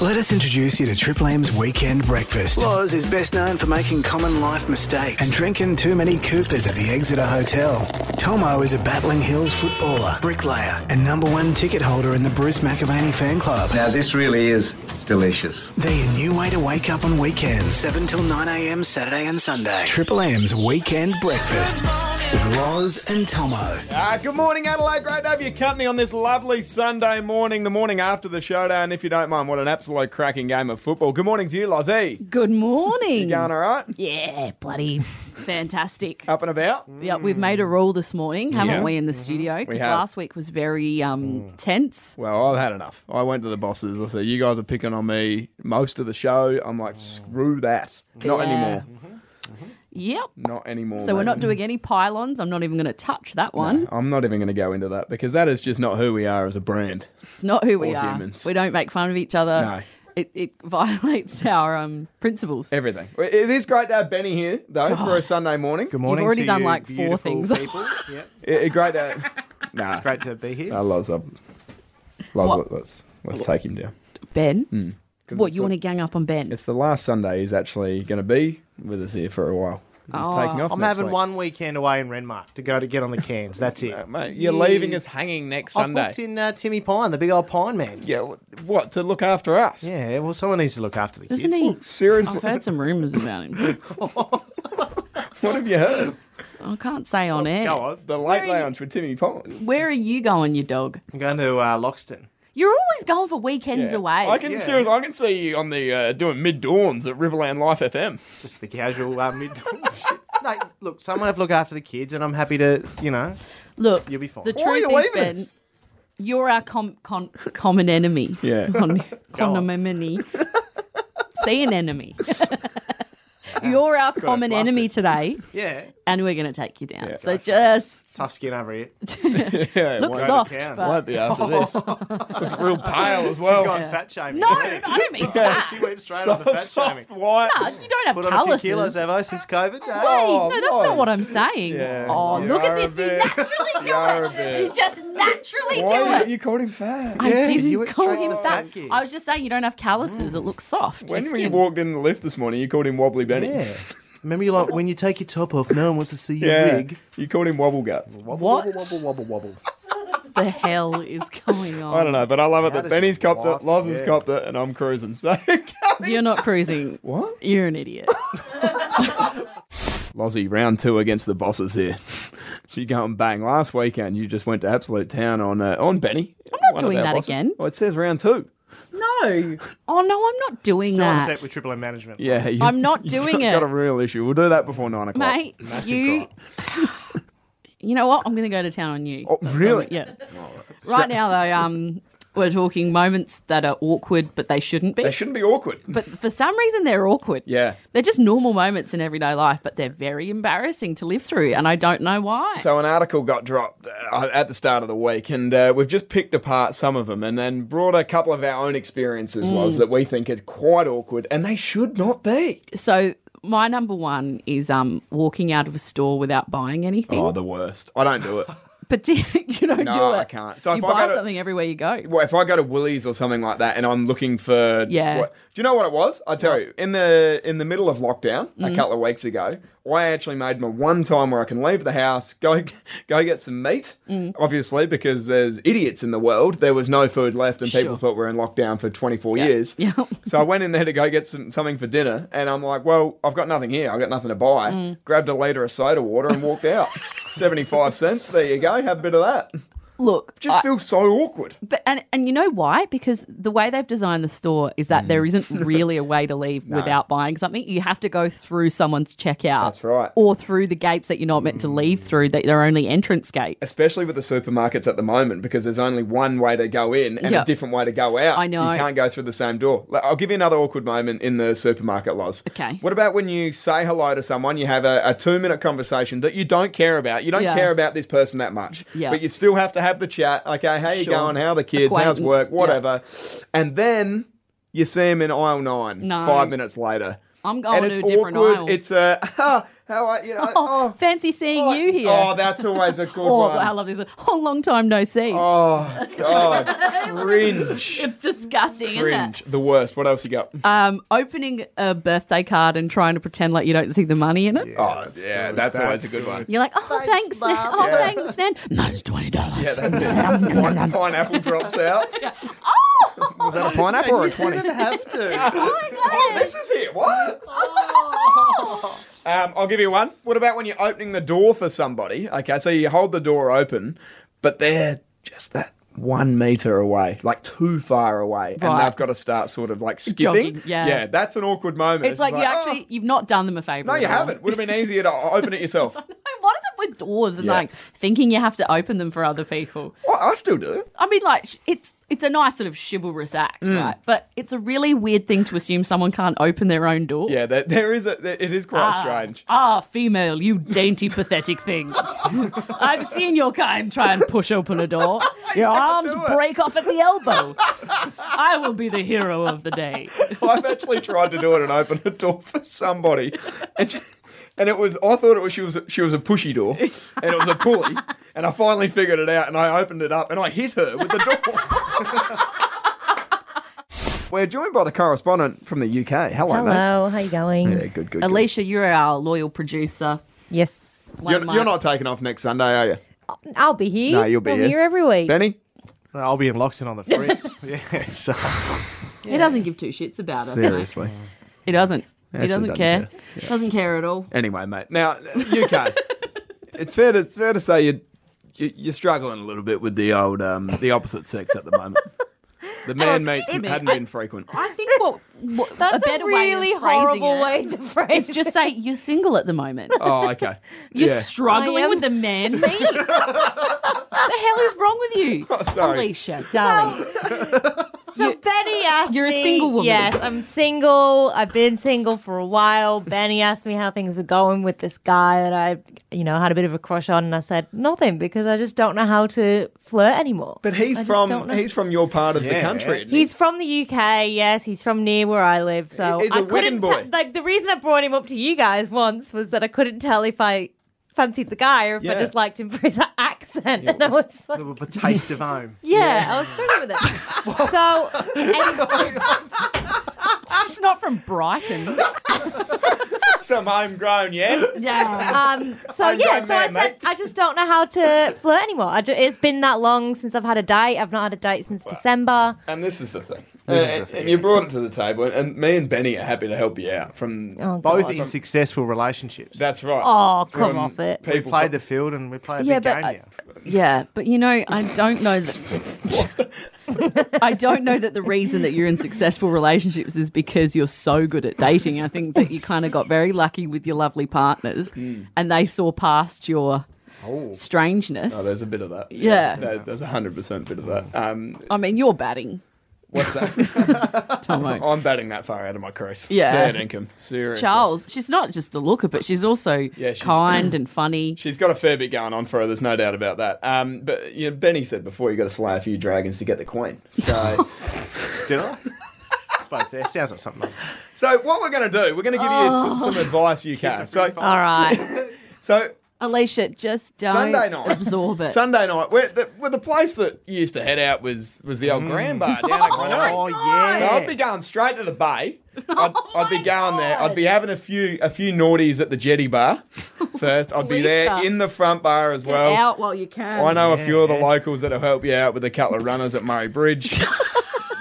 Let us introduce you to Triple M's Weekend Breakfast. Loz is best known for making common life mistakes and drinking too many Coopers at the Exeter Hotel. Tomo is a Battling Hills footballer, bricklayer, and number one ticket holder in the Bruce McAvaney fan club. Now, this really is delicious. They're your new way to wake up on weekends, 7 till 9am Saturday and Sunday. Triple M's Weekend Breakfast with Loz and Tomo. Ah, good morning, Adelaide. Great to have your company on this lovely Sunday morning, the morning after the showdown. If you don't mind, what an absolute cracking game of football. Good morning to you, Lozzie. Good morning. You going all Mm. right? yeah, bloody fantastic. Up and about? yeah, we've made a rule this morning, haven't Yeah. Mm-hmm. we, in the studio? Because have. Mm. last week was very um, tense. Well, I've had enough. I went to the bosses. I said, you guys are picking on me most of the show. I'm like, screw that. Not Mm. Yeah. anymore. Yep. Not anymore. So we're mate. not doing any pylons. I'm not even going to touch that one. I'm not even going to go into that because that is just not who we are as a brand. It's not who we Or are. humans. We don't make fun of each other. No. It, it violates our um, principles. Everything. It is great to have Benny here, though, for a Sunday morning. Good You've already done like four things. yep. great to have. Nah. It's Great to be here. I love Loz, What? let's, let's take him down. ben, Mm. 'Cause what, it's you the- want to gang up on Ben? It's the last Sunday he's actually going to be with us here for a while. 'Cause He's Oh, taking off. I'm next having week. one weekend away in Renmark to go to get on the cans. That's it. Mate, you're You- leaving us hanging next I Sunday. booked in uh, Timmy Pine, the big old pine man. Yeah, wh- what to look after us? Yeah, well, someone needs to look after the kids. Isn't he? Seriously, I've heard some rumours about him. what have you heard? I can't say on air. Go on. Uh, The are late you- lounge with Timmy Pond. Where are you going, you dog? I'm going to uh, Loxton. You're always going for weekends away. I can seriously, I can see you on the uh, doing mid dawns at Riverland Life FM. Just the casual uh, mid No, look, someone have to look after the kids, and I'm happy to, you know. Look, You'll be fine. The Why are you truth is, leaving Ben, us? you're our com- con- common enemy. Yeah. Con- on. common enemy. See an enemy. you're our common enemy today, Yeah, and we're going to take you down. Yeah. so just tough skin over here. Yeah, look won't- soft. town. But... Won't be after this. Oh. Looks real pale as well. Gone fat shaming. No, no, I don't mean that. She went straight So on the fat shaming. soft, white. No, you don't have Put on a few calluses. kilos, have I, since COVID? No. Hey, Oh, no, that's not what I'm nice. saying. Yeah. Oh, You look at are a this. You bit- naturally do you are a it. bit. You just naturally do Why it. you, you called him fat? I Yeah, didn't you went call straight him for the fat. fat kids. I was just saying you don't have calluses. It looks soft. When your we skin. walked in the lift this morning, you called him Wobbly Benny. Yeah. Remember, you like when you take your top off, no one wants to see your Yeah. rig. You called him Wobble Guts. What? Wobble, wobble, wobble. the hell is going on? I don't know, but I love it How that does Benny's it copped last? it, Loz has Yeah. copped it, and I'm cruising. So, You're not cruising. what? You're an idiot. Lozzie, round two against the bosses here. she going bang. Last weekend, you just went to absolute town on uh, on Benny. I'm not doing that again. Well, Oh, it says round two. No. Oh no, I'm not doing Still that. upset with Triple M management. Yeah, you, I'm not doing Got a it, real issue. We'll do that before nine o'clock, mate. You. you know what? I'm going to go to town on you. Oh, That's really? all- Yeah. Right now, though, um, we're talking moments that are awkward, but they shouldn't be. They shouldn't be awkward. but for some reason, they're awkward. Yeah. They're just normal moments in everyday life, but they're very embarrassing to live through, and I don't know why. So an article got dropped uh, at the start of the week, and uh, we've just picked apart some of them, and then brought a couple of our own experiences, Loz, that we think are quite awkward, and they should not be. So my number one is um walking out of a store without buying anything. Oh, the worst. I don't do it. But do- you don't No, do it. I can't. So you if I buy go to- something everywhere you go. Well, if I go to Woolies or something like that, and I'm looking for Yeah. what- do you know what it was? I tell you, in the in the middle of lockdown Mm. a couple of weeks ago, I actually made my one time where I can leave the house, go go get some meat. Mm. Obviously, because there's idiots in the world, there was no food left, and people Sure. thought we are in lockdown for 24 Yeah. years. Yeah. so I went in there to go get some something for dinner, and I'm like, well, I've got nothing here. I've got nothing to buy. Mm. Grabbed a liter of soda water and walked out. 75 cents. There you go. Have a bit of that. Look, Just I- feels so awkward. but, and and you know why? Because the way they've designed the store is that Mm. there isn't really a way to leave without buying something. You have to go through someone's checkout. That's right. Mm. Or through the gates that you're not meant to leave through, that are only entrance gates. especially with the supermarkets at the moment because there's only one way to go in and Yeah. a different way to go out. I know. You can't go through the same door. Like, I'll give you another awkward moment in the supermarket, Loz. Okay. What about when you say hello to someone, you have a, a two minute conversation that you don't care about? You don't Yeah. care about this person that much. Yeah. But you still have to have the chat. Okay, how you Sure. going? How are the kids? How's work? Acquaintance. Yeah. Whatever. And then you see him in aisle nine No. five minutes later. I'm and going to it's a different awkward. aisle. It's a how I you know oh, oh, fancy seeing oh, you here. Oh, that's always a good oh, one. I love this. Oh, long time no see. Oh god, cringe. It's disgusting, isn't it? Cringe, the worst. What else you got? Um, opening a birthday card and trying to pretend like you don't see the money in it. oh, yeah, that's, always a good, one. You're like, oh, thanks, Nan. Mum. Oh, thanks, Nan. Oh That's twenty dollars. Yeah, that's it. One pineapple drops out. Was that a pineapple or a twenty? didn't have to. oh, this is it. What? Oh. um, I'll give you one. What about when you're opening the door for somebody? Okay, so you hold the door open, but they're just that one meter away, like too far away, and Right. they've got to start sort of like skipping. Jogging, yeah. yeah, that's an awkward moment. It's like you "Oh, actually you've not done them a favor. no, you haven't. Would have been easier to open it yourself. What is it with doors and Yeah. like thinking you have to open them for other people? Well, Oh, I still do. I mean, like sh- it's it's a nice sort of chivalrous act, Mm. right? But it's a really weird thing to assume someone can't open their own door. Yeah, there, there is a. There, it is quite strange. Ah, female, you dainty, pathetic thing. I've seen your kind try and push open a door. Your arms do it. break off at the elbow. I will be the hero of the day. I've actually tried to do it and open a door for somebody, and she- and it was I thought it was she was a, she was a pushy door, and it was a pulley, and I finally figured it out, and I opened it up, and I hit her with the door. We're joined by the correspondent from the UK. Hello, mate. Hello, how you going? Yeah, good, good. good. Alicia, you're our loyal producer. Yes, One You're, of my- you're not taking off next Sunday, are you, I'll be here. No, you'll be I'm here. here. every week. Benny? I'll be in Loxton on the fritz. yeah, so He doesn't give two shits about us. Seriously. He doesn't. Actually he doesn't, doesn't care. Doesn't care at all. Anyway, mate. Now UK, it's fair to it's fair to say you, you you're struggling a little bit with the old um, the opposite sex at the moment. The man meets Excuse me. hadn't been frequent. I think what, what That's a a, better really way of phrasing horrible it way to phrase is just say you're single at the moment. Oh, okay. You're yeah. I struggling am- with the man meat. what the hell is wrong with you, Oh, sorry. Alicia, darling? it. So Benny asked You're a me- single woman. Yes, I'm single. I've been single for a while. Benny asked me how things were going with this guy that I, you know, had a bit of a crush on, and I said nothing because I just don't know how to flirt anymore. But he's I just don't from know. he's from your part of the Yeah. country. isn't he? He's from the UK, yes. He's from near where I live, so He's a I couldn't. Wigan boy. te- like the reason I brought him up to you guys once was that I couldn't tell if I fancied the guy or if Yeah. I just liked him for his accent. and I was like, a taste of home. yeah, I was struggling with it. so, and, She's not from Brighton. some homegrown, yeah. Yeah. um, so I'm yeah, going so there, I said mate. I just don't know how to flirt anymore. I ju- it's been that long since I've had a date. I've not had a date since December. And this is the thing. This is and, the thing, and you brought it to the table, and me and Benny are happy to help you out. From Oh, Both God. in successful relationships. that's right. Oh, From come off it. we People play from- the field and we play a Yeah, big but game I- now. Yeah, but you know, I don't know that. I don't know that the reason that you're in successful relationships is because you're so good at dating. I think that you kind of got very lucky with your lovely partners, Hmm. and they saw past your strangeness. Oh, there's a bit of that. Yeah. There- there's a hundred percent bit of that. Um, I mean, you're batting, what's that? Oh, Tomo. I'm batting that far out of my crease. Yeah. Fair dinkum. Seriously. Charles, she's not just a looker, but she's also she's- kind and funny. She's got a fair bit going on for her. There's no doubt about that. Um, but you know, Benny said before you got to slay a few dragons to get the queen. So, Did I? I suppose that sounds like something. Like that. so what we're going to do? We're going to give you some, some advice you can. So, All right. so Alicia, just don't Sunday night. absorb it. Sunday night, where the, where the place that you used to head out was was the old Grand Bar down at Glenelg. Oh, So yeah. I'd be going straight to the bay. I'd, I'd be going there. I'd be having a few a few naughties at the jetty bar first. I'd be there Lisa. in the front bar as Get well. out while you can. I know a few of the Yeah. locals that'll help you out with a couple of runners at Murray Bridge.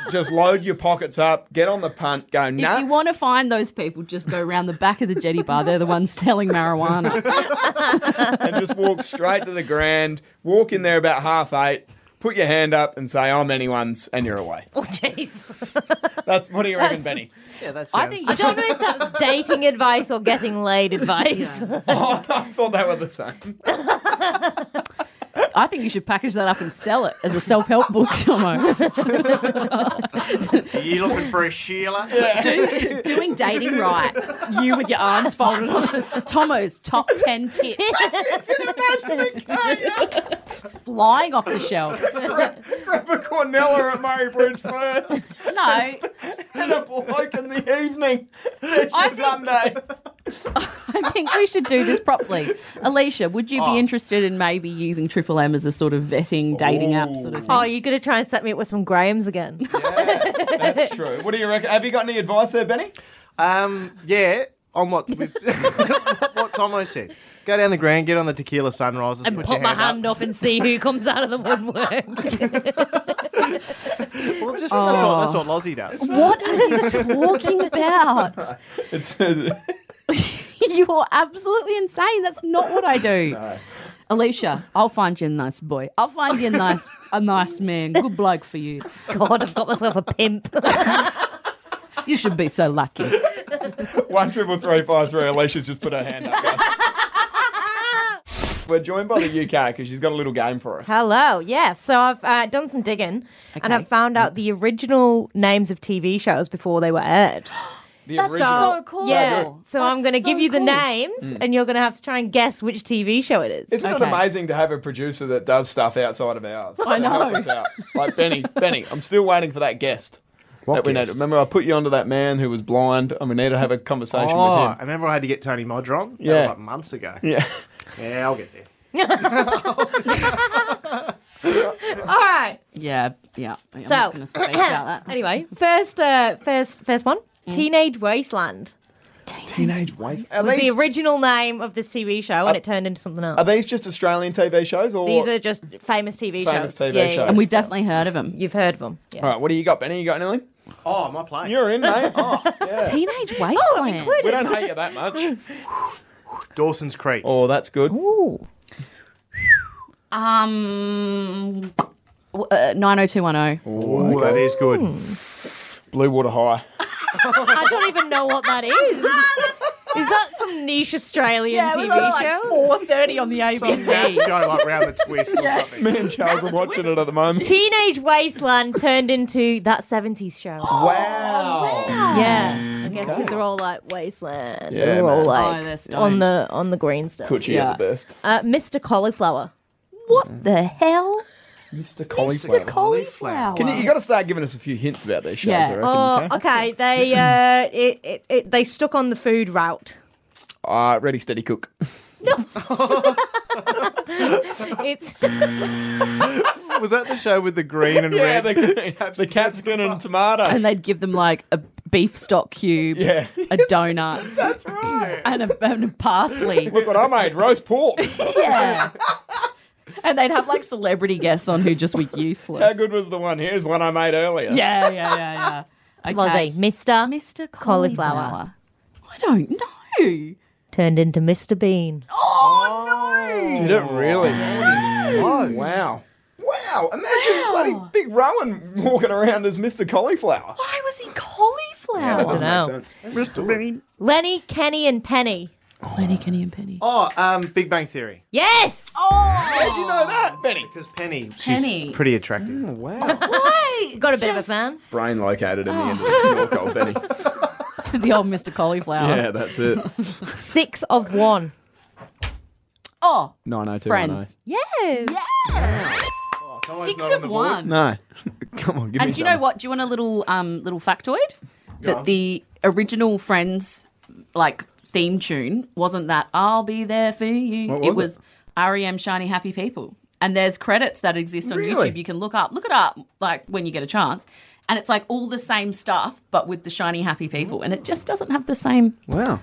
Just load your pockets up, get on the punt, go If nuts. you want to find those people, just go around the back of the jetty bar. They're the ones selling marijuana. and just walk straight to the grand, walk in there about half eight, put your hand up and say, I'm anyone's, and you're away. oh, jeez. That's what do you reckon, Benny? yeah, that I sounds. think I don't know if that's dating advice or getting laid advice. Oh, I thought they were the same. I think you should package that up and sell it as a self-help book, Tomo. Are you looking for a Sheila? Do, doing dating right. You with your arms folded on. Tomo's top 10 tips. Flying off the shelf. Grab a Cornella at Murray Bridge first, No, and a bloke in the evening. It's I think- Sunday. I think we should do this properly. Alicia, would you be interested in maybe using Triple M as a sort of vetting dating app sort of thing? Oh, you're gonna try and set me up with some Grahams again? That's true. What do you reckon? Have you got any advice there, Benny? Um, yeah, on what with, what Tomo said. Go down the ground, get on the tequila sunrises, and put pop your my hand hand up and see who comes out of the woodwork. up. Well, just, that's, what, that's what Lozzie does. What are you talking about? It's You're absolutely insane. That's not what I do. Alicia, I'll find you a nice boy. I'll find you a nice a nice man. Good bloke for you. God, I've got myself a pimp. You should be so lucky. one triple three five three. Alicia's just put her hand up. guys. We're joined by the UK because she's got a little game for us. Hello. Yeah. So I've uh, done some digging and Okay. I've found out the original names of TV shows before they were aired. The so cool. Yeah. Mm. Wow. So I'm That's going to so give you the cool. names and you're going to have to try and guess which TV show it is. Isn't Okay. it amazing to have a producer that does stuff outside of ours? I to know. help us out? Like Benny, Benny, I'm still waiting for that guest. that we need. guest? Remember, I put you onto that man who was blind, and we need to have a conversation Oh, I with him. remember I had to get Tony Modron. on. That Yeah. was like months ago. Yeah. Yeah, I'll get there. All right. Yeah, yeah. I'm So not gonna speak about that. Mm. anyway, first, uh, first, first one, Teenage Wasteland Teenage Waste. Are was these, the original name of this TV show, and it turned into something else. are these just Australian TV shows? Or... These are just famous TV Famous shows. TV shows. And we've definitely heard of him. You've heard of them. Yeah. All right, what do you got, Benny? You got anything? Oh, my plane. You're in, mate. Oh, yeah. Teenage Wasteland. We don't hate you that much. Dawson's Creek. Oh, that's good. um, w- uh, 90210. Ooh, that is good. Blue Water High. I don't even know what that is. Is that some niche Australian TV show? 4.30 on the Some house show like round the twist or something. Me and Charles are watching it at the moment. Teenage Wasteland turned into that 70s show. Oh. Wow. Yeah. I guess because they're all like Wasteland. Yeah, they're all man. Oh, they're like stoned. on the on the green stuff. Coochie Yeah. are the best. Uh, Mr. Cauliflower. What the hell? Mr. Cauliflower. Cauliflower. Can you, you got to start giving us a few hints about these shows, Yeah. I reckon. Oh, okay? okay. They uh, it, it, it they stuck on the food route. Uh, ready, steady, cook. It's Was that the show with the green and red? the, the capsicum and tomato. And they'd give them like a beef stock cube, yeah. a donut, That's right. and a, and a parsley. Look what I made, roast pork. yeah. And they'd have like celebrity guests on who just were useless. How good was the one? Here's one I made earlier. Yeah, yeah, yeah, yeah. Lozzie. Mr. Mr. Cauliflower. Cauliflower. I don't know. turned into Mr. Bean. Did it really? Oh, wow. Wow. Imagine bloody Big Rowan walking around as Mr. Cauliflower. Why was he cauliflower? don't know. Lenny, Kenny, and Penny. Lenny, Kenny, and Penny. Oh, um, Big Bang Theory. Yes. Oh, How'd you know Oh, that, Mm. Benny? Because Penny, she's Penny. pretty attractive. Wow. Got a bit of a fan. Brain located in the end of the snorkel, Benny. the old Mr. Cauliflower. Yeah, that's it. Six of one. Oh, 902. friends. Yes. Six of one. No. Come on, give me And do you know what? Do you want a little um little factoid? That on. the original Friends like theme tune wasn't that "I'll be there for you." What it was was REM "Shiny Happy People," and there's credits that exist on Really? YouTube. You can look up, look it up, like when you get a chance. And it's like all the same stuff, but with the shiny happy people, and it just doesn't have the same. Wow.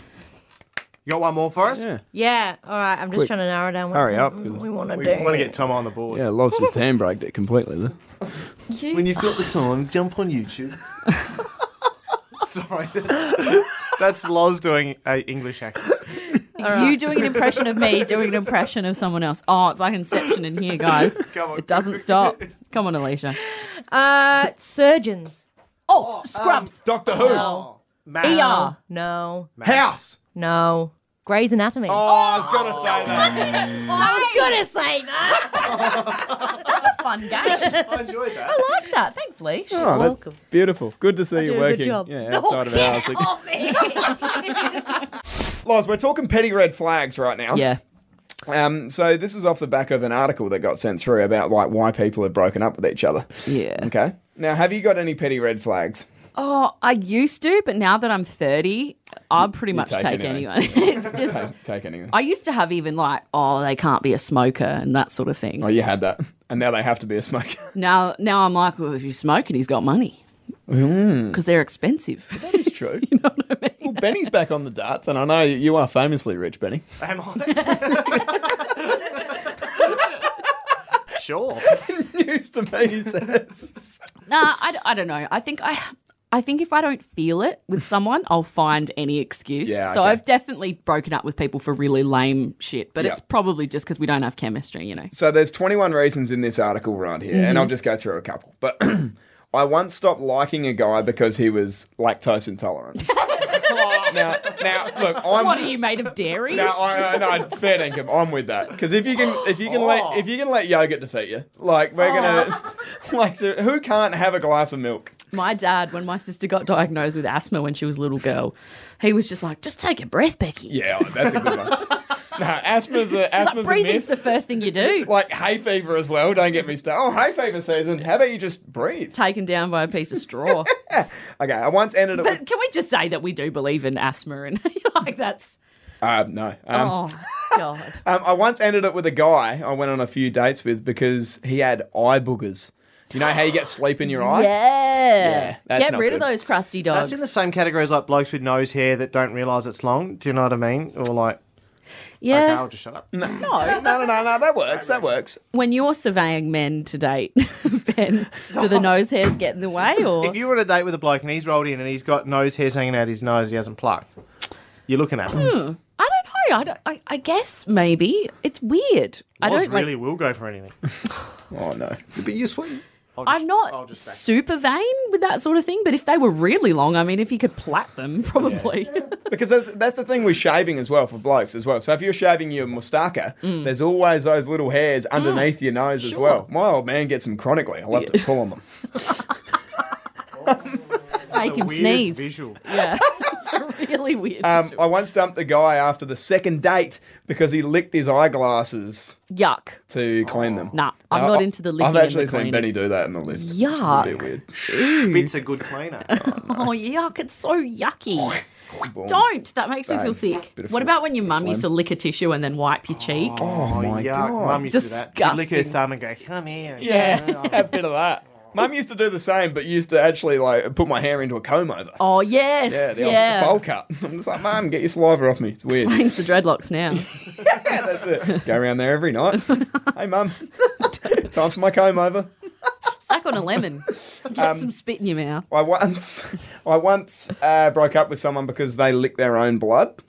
You got one more for us? Yeah. Yeah. All right. I'm just trying to narrow down what Hurry up. we want to We do. want to get Tom on the board. Yeah, Lossie's hand braked it completely there. When you've got the time, jump on YouTube. Sorry. That's, that's Loz doing an English accent. You doing an impression of me, doing an impression of someone else. Oh, it's like Inception in here, guys. Come on. It doesn't stop. Come on, Alicia. Uh, surgeons. Oh, scrubs. E Doctor Who. No. Mass. ER. No. House. No. Grey's Anatomy. Oh, I was gonna say that. I was gonna say that. That's a fun game. I I enjoyed that. like that. Uh, Thanks, Leash. Oh, that's Welcome. beautiful. Good to see you do a good working. job. Yeah, outside of hours. Like, Off it. Loz, we're talking petty red flags right now. Yeah. Um, so this is off the back of an article that got sent through about like why people have broken up with each other. Yeah. Okay. Now, have you got any petty red flags? Oh, I used to, but now that I'm 30, I'd pretty much take take, anyone. anyone. it's just, Take, take anything. I used to have even like, oh, they can't be a smoker and that sort of thing. oh, you had that, and now they have to be a smoker. Now, now I'm like, well, if you smoke and he's got money, Mm. because they're expensive. It's true. you know what I mean? Well, Benny's back on the darts, and I know you are famously rich, Benny. Am I? sure. News to me, he says. nah, I, d- I don't know. I think I. I think if I don't feel it with someone, I'll find any excuse. Yeah, so okay. I've definitely broken up with people for really lame shit, but Yeah. it's probably just because we don't have chemistry, you know. So there's 21 reasons in this article right here, and Mm-hmm. I'll just go through a couple. But I once stopped liking a guy because he was lactose intolerant. now, now, look, I'm. What are you made of dairy? No, I, I, no, fair dinkum. I'm with that because if you can, if you can Oh. let, if you can let yogurt defeat you, like we're gonna, like so who can't have a glass of milk? My dad, when my sister got diagnosed with asthma when she was a little girl, he was just like, "Just take a breath, Becky." Yeah, oh, that's a good one. no, asthma's a It's like, asthma's a myth. breathing's the first thing you do. like hay fever as well. Don't get me started. Oh, hay fever season. How about you just breathe? Taken down by a piece of straw. Okay, I once ended it. but With, can we just say that we do believe in asthma and like that's uh, no. Um, oh god. Um, I once ended it with a guy I went on a few dates with because he had eye boogers. You know how you get sleep in your eye? Yeah. that's Get not rid of good. those crusty dogs. That's in the same category as like blokes with nose hair that don't realise it's long. Do you know what I mean? Or like, okay, yeah. I'll just shut up. No. No, no, no, no. That works. That works. When you're surveying men to date, Ben, do the nose hairs get in the way or If you were on a date with a bloke and he's rolled in and he's got nose hairs hanging out his nose, he hasn't plucked. You're looking at him. I don't know. I, don't, I I guess maybe it's weird. I Oz don't like really will go for anything. Oh no. but you're sweet. I'll just- I'm I'll not just back- super vain with that sort of thing, but if they were really long, I mean, if you could plait them, probably. Because that's, that's the thing with shaving as well for blokes as well. So if you're shaving your moustache, Mm. there's always those little hairs underneath your nose as well. My old man gets them chronically. I'll have to pull on them. Make him Weirdest sneeze. Visual. Yeah. it's a really weird. Um, I once dumped a guy after the second date because he licked his eyeglasses Yuck. to clean them. Nah, I'm not into the licking uh, I've and actually the seen cleaning. Benny do that in the lift. which is a bit Yuck. weird. Bits a good cleaner. Oh, yuck. It's so yucky. Boom. Don't. That makes me Bang. feel sick. Bit of What fl- about when your mum used to lick a tissue and then wipe your cheek? Oh my Yuck, god. mum used to do that. She'd lick her Disgusting. thumb and go, come here. Yeah, a bit of that. Mum used to do the same, but used to actually like put my hair into a comb over. Oh, yes. yeah, Yeah. the old bowl cut. I'm just like, Mum, get your saliva off me. It's weird. Thanks the dreadlocks now. Yeah, that's it. Go around there every night. hey, Mum, time for my comb over. Suck on a lemon. Get Um, some spit in your mouth. I once, I once uh, broke up with someone because they licked their own blood.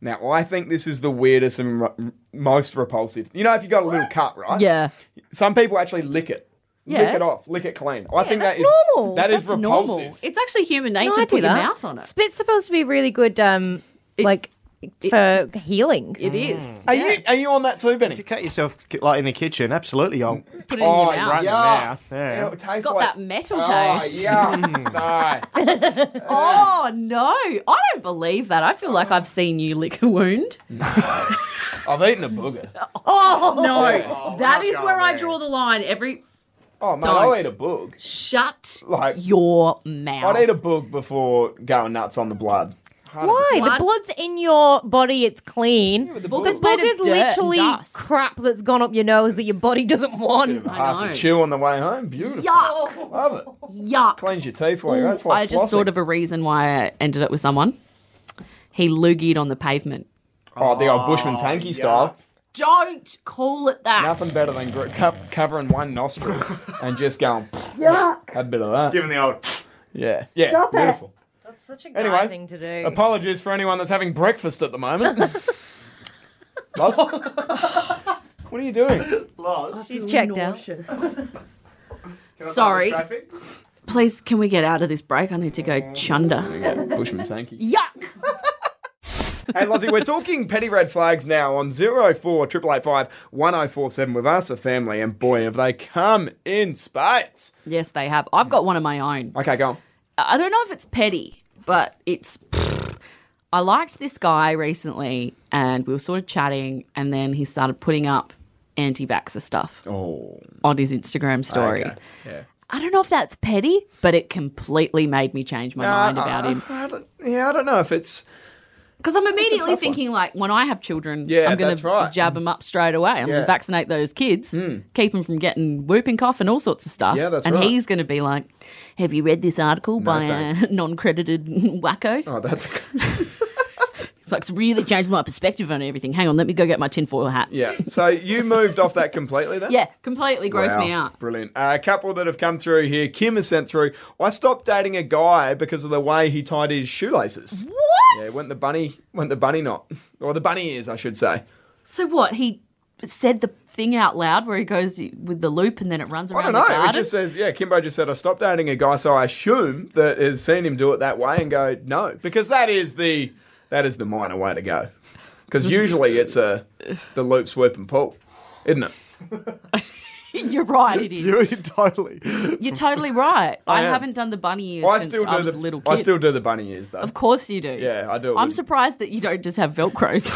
Now I think this is the weirdest and ru- most repulsive. You know, if you got a little cut, right? Yeah. Some people actually lick it, lick Yeah. it off, lick it clean. I think that's that is normal. that is That's repulsive. Mm. normal. It's actually human No, nature I to do put your that. mouth on it. Spit's supposed to be really good, um, like for healing. It is. Are you are you on that too, Benny? If you cut yourself ki- like in the kitchen, absolutely, I'll Oh, Put it in your mouth. run your yeah. mouth. Yeah. It tastes It's got that metal Oh, taste. yeah. no. Oh no, I don't believe that. I feel like I've seen you lick a wound. I've eaten a booger. No, that is going where I there. draw the line. Every Oh, man, Don't. I'll eat a boog. Oh. shut Like- your mouth. I'd eat a boog before going nuts on the blood. Why? What? The blood's in your body, it's clean. The Well, boog. there's Well, made of there's dirt and literally dust. crap that's gone up your nose that your body doesn't want. half know. a chew on the way home. Beautiful. Yuck, Love it. yuck. Cleans your teeth while you're out. It's like I just flossing. thought of a reason why I ended up with someone. He loogied on the pavement. Oh, the old Bushman tanky style. Don't call it that. Nothing better than gr- cup- covering one nostril and just going. Had a bit of that. Giving the old. Yeah. Yeah. Beautiful. That's such a Anyway, thing to do. Apologies for anyone that's having breakfast at the moment. Loz? what are you doing? She's checked out. Sorry. Please, can we get out of this break? I need to go chunder. Yeah, Bushman Sankey. Yuck. Hey, Lozzie, we're talking petty red flags now on 04 885 1047 with us, a family, and boy, have they come in spades. Yes, they have. I've got one of my own. Okay, go on. I don't know if it's petty, but it's. I liked this guy recently, and we were sort of chatting, and then he started putting up anti-vaxxer stuff Oh, on his Instagram story. okay. Yeah. I don't know if that's petty, but it completely made me change my mind about him Uh, I don't, yeah, I don't know if it's. because I'm immediately thinking like, when I have children, Yeah, I'm going that's to right. jab them up straight away. I'm going Yeah. Hmm. to vaccinate those kids, keep them from getting whooping cough and all sorts of stuff. Yeah, that's and right. he's going to be like, "Have you read this article by thanks. a non-credited wacko?" Oh, that's. It's like it's really changed my perspective on everything. Hang on, let me go get my tinfoil hat. Yeah. So you moved off that completely then? Yeah, completely grossed Wow, me out. Brilliant. Uh, a couple that have come through here. Kim has sent through. I stopped dating a guy because of the way he tied his shoelaces. What? Yeah, went the bunny, went the bunny knot, or the bunny ears, I should say. So what? He said the thing out loud where he goes with the loop and then it runs I around don't the know. It garden. just says, yeah, Kimbo just said, I stopped dating a guy, so I assume that has seen him do it that way and go, no, because that is the that is the minor way to go. Because usually it's a the loop, swoop, and pull, isn't it? You're right. It is. You're totally. You're totally right. I, am. haven't done the bunny ears I since still do I was the a little kid. I still do the bunny ears though. Of course you do. Yeah, I do. I'm surprised that you don't just have velcros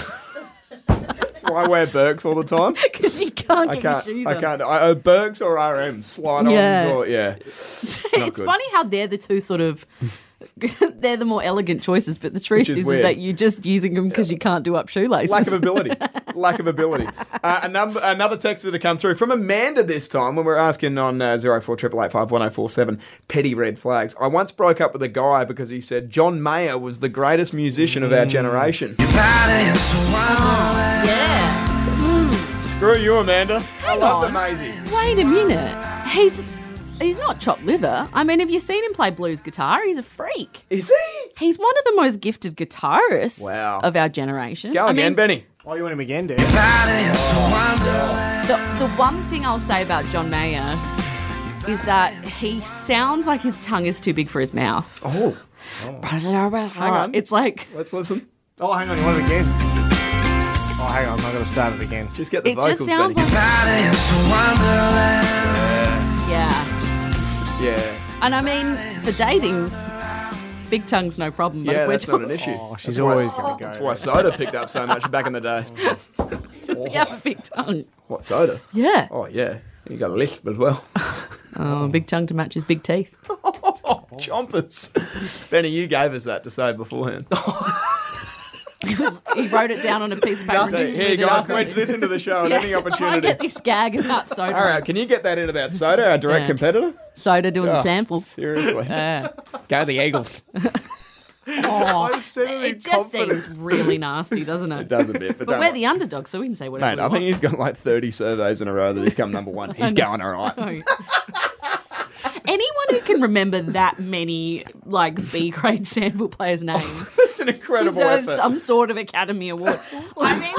That's why I wear Birks all the time. because you can't I get can't. your shoes I on. can't. I, uh, Birks or RM slide-ons Yeah. or yeah. it's good. funny how they're the two sort of they're the more elegant choices, but the truth is is, is weird. that you're just using them because you can't do up shoelaces. Lack of ability. Lack of ability. Uh, a number, another text that had come through from Amanda this time when we were asking on uh, 048851047 petty red flags. I once broke up with a guy because he said John Mayer was the greatest musician of Mm. our generation. yeah. Screw you, Amanda. I love on. the Maisie. Wait a minute. He's he's not chopped liver. I mean, have you seen him play blues guitar? He's a freak. Is he? He's one of the most gifted guitarists Wow. of our generation. Go I again, mean, Benny. Oh, you want him again, Dan? The, the one thing I'll say about John Mayer is that he sounds like his tongue is too big for his mouth. Oh, on. It's like let's listen. Oh, hang on, you want him again? Oh, hang on, I'm going to start it again. Just get the it vocals, just sounds Benny. like yeah. yeah. And I mean, for dating, big tongue's no problem. But Yeah, if we're that's not an talking- issue. Oh, she's always going to go. That's why soda picked up so much back in the day. Does he have a big tongue? What soda? Yeah. Oh yeah, you got a lisp as well. Oh, big tongue to match his big teeth. Chompers. Benny, you gave us that to say beforehand. He, was, he wrote it down on a piece of paper. and so slid here, it guys, up. wedge this into the show at Yeah. any I opportunity. get this gag about soda. All right, can you get that in about soda, our direct Yeah. competitor? Soda doing the sample. Seriously, Yeah. go the Eagles. Oh, I said it in it just confidence. seems really nasty, doesn't it? It does a bit, but, But don't we're worry. the underdog, so we can say whatever mate. I think we he's got like thirty surveys in a row that he's come number one. He's going all right. want. Anyone who can remember that many like B grade sample players' names That's an incredible deserves effort. some sort of Academy Award. I mean,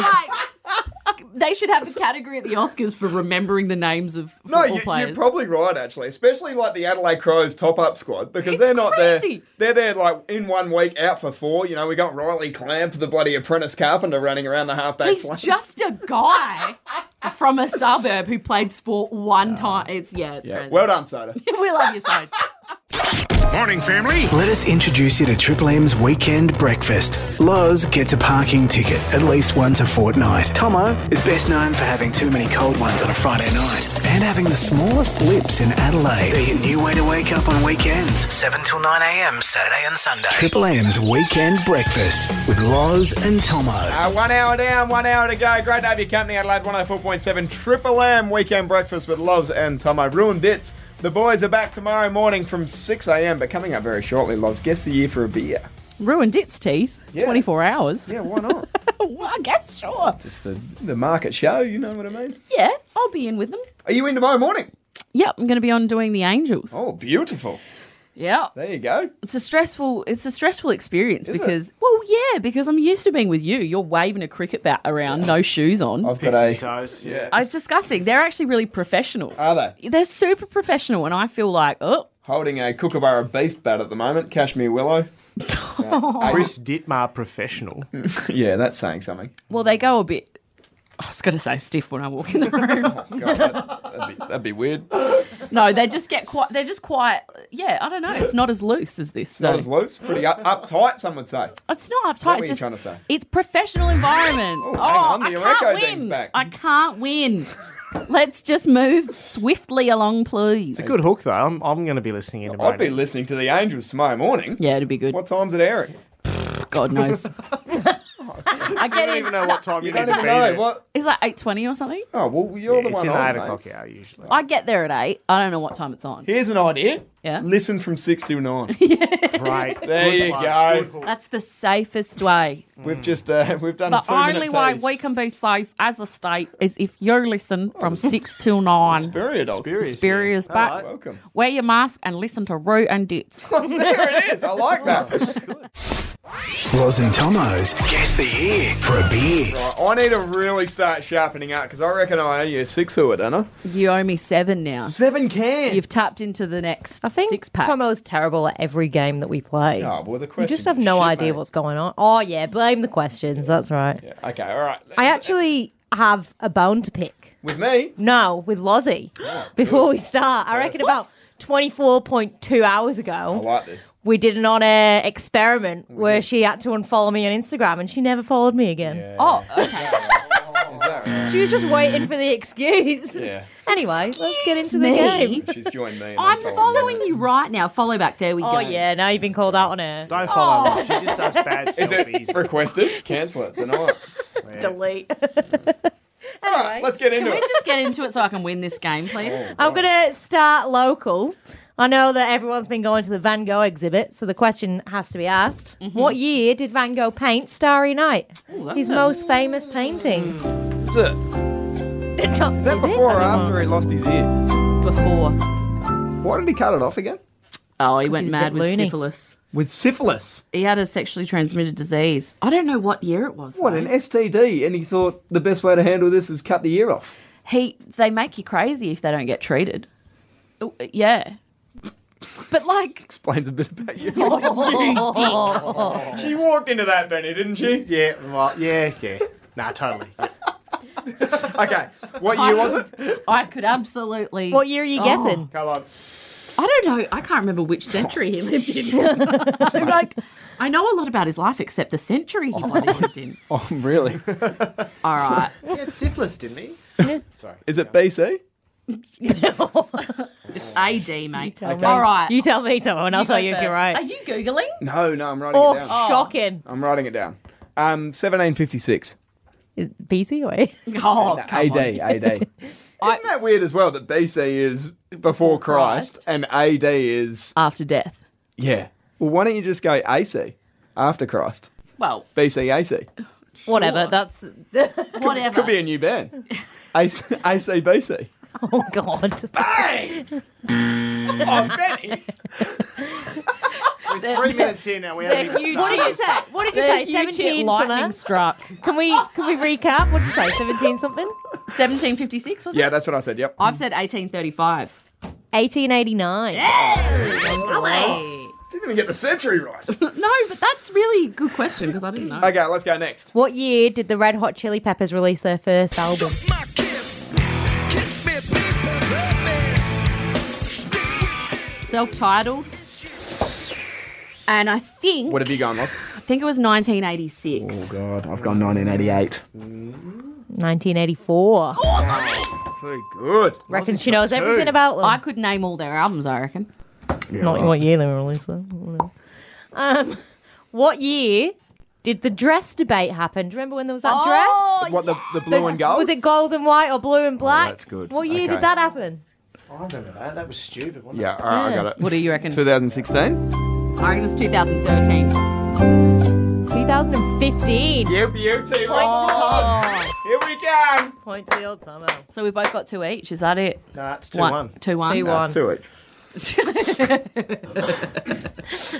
like they should have a category at the Oscars for remembering the names of No, football you, players. you're probably right, actually, especially like the Adelaide Crows top up squad because It's they're not crazy. there. They're there like in one week, out for four. You know, we got Riley Clamp, the bloody apprentice carpenter, running around the halfback He's line. just a guy from a suburb who played sport one time. It's yeah, it's yeah. crazy. Well done, Soda. we love you, so. Morning, family. Let us introduce you to Triple M's Weekend Breakfast. Loz gets a parking ticket at least once a fortnight. Tomo is best known for having too many cold ones on a Friday night and having the smallest lips in Adelaide. They're your new way to wake up on weekends, 7 till 9 a.m. Saturday and Sunday. Triple M's Weekend Breakfast with Loz and Tomo. Uh, one hour down, one hour to go. Great to have your company, Adelaide 104.7 Triple M Weekend Breakfast with Loves and Tomo. Ruined bits. The boys are back tomorrow morning from 6 a.m. But coming up very shortly, Loves, guess the year for a beer. Ruined its teeth. Yeah. 24 hours. Yeah, why not? well, I guess, sure. Just the, the market show, you know what I mean? Yeah, I'll be in with them. Are you in tomorrow morning? Yep, I'm going to be on doing the Angels. Oh, beautiful. Yeah, There you go. it's a stressful. It's a stressful experience Is it? because, well, yeah, because I'm used to being with you. You're waving a cricket bat around, no shoes on. I've got Pixie's a- toes. Yeah. Uh. Oh, it's disgusting. They're actually really professional. Are they? They're super professional, and I feel like, oh, holding a Kookaburra Beast bat at the moment, Cashmere Willow. Uh, Chris Ditmar professional. yeah, that's saying something. Well, they go a bit. I was going to say stiff when I walk in the room. God, that, would be, that'd be weird. no, they just get quite. They're just quite. Yeah, I don't know. It's not as loose as this. So. Not as loose, pretty up, uptight, some would say. It's not uptight. what it's you're just, trying to say? It's professional environment. Oh, Oh, hang on, the I Eureka can't thing's win. back. I can't win. Let's just move swiftly along, please. Good hook though. I'm, I'm going to be listening in tomorrow. I'd be listening to the Angels tomorrow morning. Yeah, it'd be good. What time's it airing? God knows. I get don't in. even know what time you You need don't to even be know. there. What? It's like eight twenty or something. Oh, well, you're the It's one in the on, eight mate. o'clock hour usually. I get there at eight. I don't know what time it's on. Here's an idea. Yeah. Listen from six till nine. Right. There you go. That's the safest way. We've just uh, we've done a The two only minute way tease. Oh. we can be safe as a state is if you listen from six till nine. Very adult. Spurious back. Welcome. Wear your mask and listen to Roo and Dits. there it is. I like that. Roz and Tomo's Guess the Year for a beer. I need to really start sharpening up because I reckon I owe you six who it, don't I? you owe me seven now. Seven cans. You've tapped into the next I think six pack. Tomo's terrible at every game that we play. Oh, well, the you questions just have are no shit, idea mate. what's going on. Oh yeah, blame the questions. That's right. Okay, all right. I actually have a bone to pick. with me. No, with Lozzie. Before we start, I reckon about 24.2 hours I ago, like this. we did an on air experiment where she had to unfollow me on Instagram and she never followed me again. Oh, okay. Is that right? She was just waiting for the excuse. Yeah. Anyway, let's get into the me? game. She's joined me. and I'm following following you right now. Follow back. There we go. Oh, yeah, now you've been called out on air. Don't follow her. She just does bad Oh. Is it selfies. requested? Cancel it. Deny it. Delete. All right, let's get into Can we it. just get into it so I can win this game, please? Oh. I'm going to start local. I know that everyone's been going to the Van Gogh exhibit, so the question has to be asked. Mm-hmm. What year did Van Gogh paint Starry Night? His most famous painting. Hmm. Is, it, Is is that before or after he lost his ear? Before. Why did he cut it off again? Oh, he went was a mad bit with loony. syphilis. With syphilis. He had a sexually transmitted disease. I don't know what year it was. What though. an STD! And he thought the best way to handle this is cut the ear off. he they make you crazy if they don't get treated. Oh, Yeah. But like Explains a bit about you. she walked into that, Benny, didn't she? Yeah, well, yeah, yeah. Nah, totally. Okay, what year was it? I could absolutely What year are you Oh. guessing? Come on. I don't know. I can't remember which century he lived in. I'm like I know a lot about his life except the century he bloody lived in. Oh, really? All right. He had syphilis, didn't he? Is it BC? It's AD, mate. me. All right. You tell me, Tomo, and I'll tell go you if you're first. Are right. you googling? No, no, I'm writing Oh, it down. shocking. I'm writing it down. Um, 1756. Is it BC or A? Oh, come AD, on. AD. Isn't that weird as well that BC is before Christ, and Christ. AD is After death. yeah. Well, why don't you just go AC after Christ? Well, BC AC Whatever. That's. whatever. could be a new band. AC, ACBC. Oh, God. Oh, Benny. We're three minutes in and we haven't even What did you started. say? What did you They're say? huge Seventeen lightning something? struck. Can we can we recap? What did you say? Seventeen something? 1756 was it? Yeah, that's what I said. Yep. I've said 1835. Eighteen eighty nine. Really? Didn't even get the century right. No, but that's really a good question because I didn't know. okay, let's go next. What year did the Red Hot Chili Peppers release their first album? Self-titled. And I think What have you gone, Ross? I think it was 1986. God, I've gone 1988. Nineteen eighty four. Oh. So good. Reckon she knows everything about them. I could name all their albums, I reckon. Not what year they were released. though. Whatever. Um, what year did the dress debate happen? Do you remember when there was that Oh. dress? What the the blue and gold? Was it gold and white or blue and black? Oh, that's good. What year Okay. did that happen? I remember that. That was stupid, wasn't Yeah, all right, I got it. What do you reckon? 2016. I reckon it was 2013. 2015. You beauty. Here we go. Point to the old timer. So we both got two each. Is that it? it? Nah, it's 2 One- 1. Two one. Two one. Two each.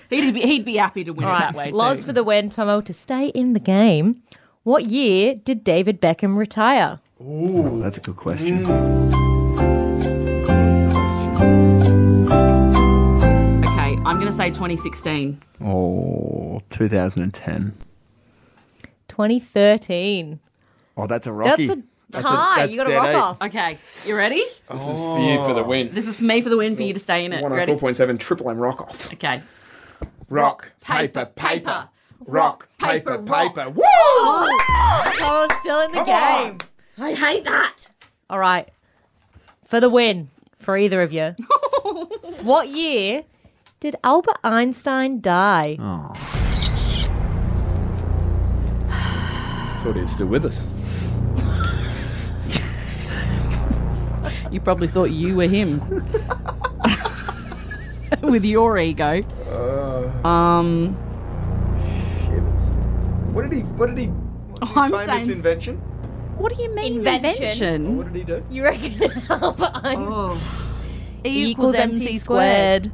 He'd be he'd be happy to win it that way. Right, Loz for the win, Tomo. To stay in the game, what year did David Beckham retire? That's a good question. I'm going to say 2016. Oh, 2010. 2013. Oh, that's a That's rocky. a tie. that's you got to dead rock eight. off. Okay, you ready? This is for you for the win. This is for me for the win, for you to stay in it. You Ready? 104.7 Triple M Rock Off. Okay. Rock, paper, paper, paper. paper. Rock, paper, paper, paper. Woo! Oh, it's still in the game. on. I hate that. All right. For the win, for either of you. what year did Albert Einstein die? Oh. Thought he was still with us. You probably thought you were him. With your ego. Uh, um, Shivers. What did he? What did he? What was his I'm famous saying- invention. what do you mean Invention. What did he do? You reckon Albert Einstein? Oh. E E equals equals MC MC squared.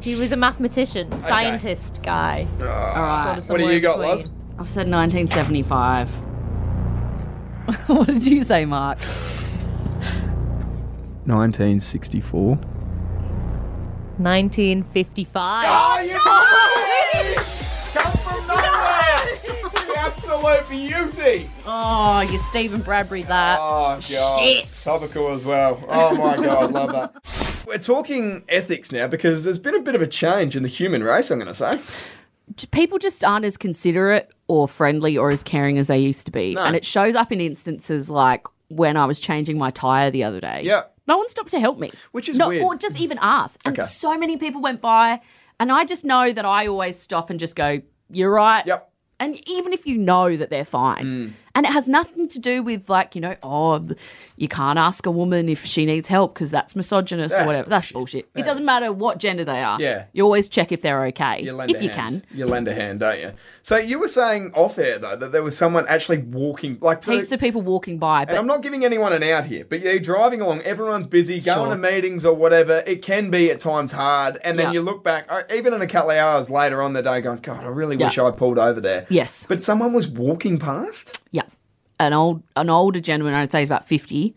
He was a mathematician, scientist guy. All right. What do you got, Somewhere in Loz? between. I've said 1975. what did you say, Mark? 1964. 1955. you come from nowhere. The absolute beauty. Oh, you Stephen Bradbury that. Oh god. Topical as well. Oh my god, love that. We're talking ethics now because there's been a bit of a change in the human race. I'm going to say. people just aren't as considerate or friendly or as caring as they used to be. And it shows up in instances like when I was changing my tire the other day. Yeah. No one stopped to help me. Which is no, weird. Or just even ask. And Okay. so many people went by. And I just know that I always stop and just go, you're right. Yep. Mm. And even if you know that they're fine. And it has nothing to do with like, you know, oh, you can't ask a woman if she needs help because that's misogynist or That's whatever. That's bullshit. It doesn't matter what gender they are. Yeah. You always check if they're okay. You lend if a you hand. can. You lend a hand, don't you? So you were saying off air though that there was someone actually walking, like for the- heaps of people walking by, And but I'm not giving anyone an out here, but you're driving along, everyone's busy, going to meetings or whatever. It can be at times hard. And then Yeah. you look back, uh, even in a couple of hours later on the day, going, God, I really Yeah. wish I pulled over there. Yes. But someone was walking past? yeah, an old an older gentleman. I'd say he's about fifty.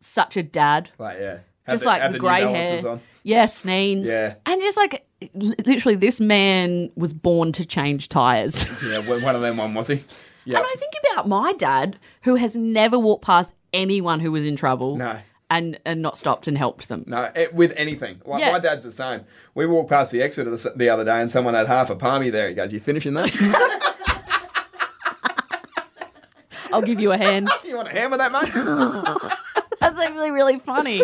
Such a dad, Like, yeah. Had just like had the New grey Balances hair. on. Yeah, sneans. Yeah. and just like li- literally, this man was born to change tires. Yeah, one one of them one, was he? Yeah. And I think about my dad, who has never walked past anyone who was in trouble. No. And, and not stopped and helped them. No, it, with anything. Like Yeah. my dad's the same. We walked past the exit of the, s- the other day, and someone had half a palmy there. He goes, "You finishing that? I'll give you a hand. you want to hammer that, mate?" That's actually really funny.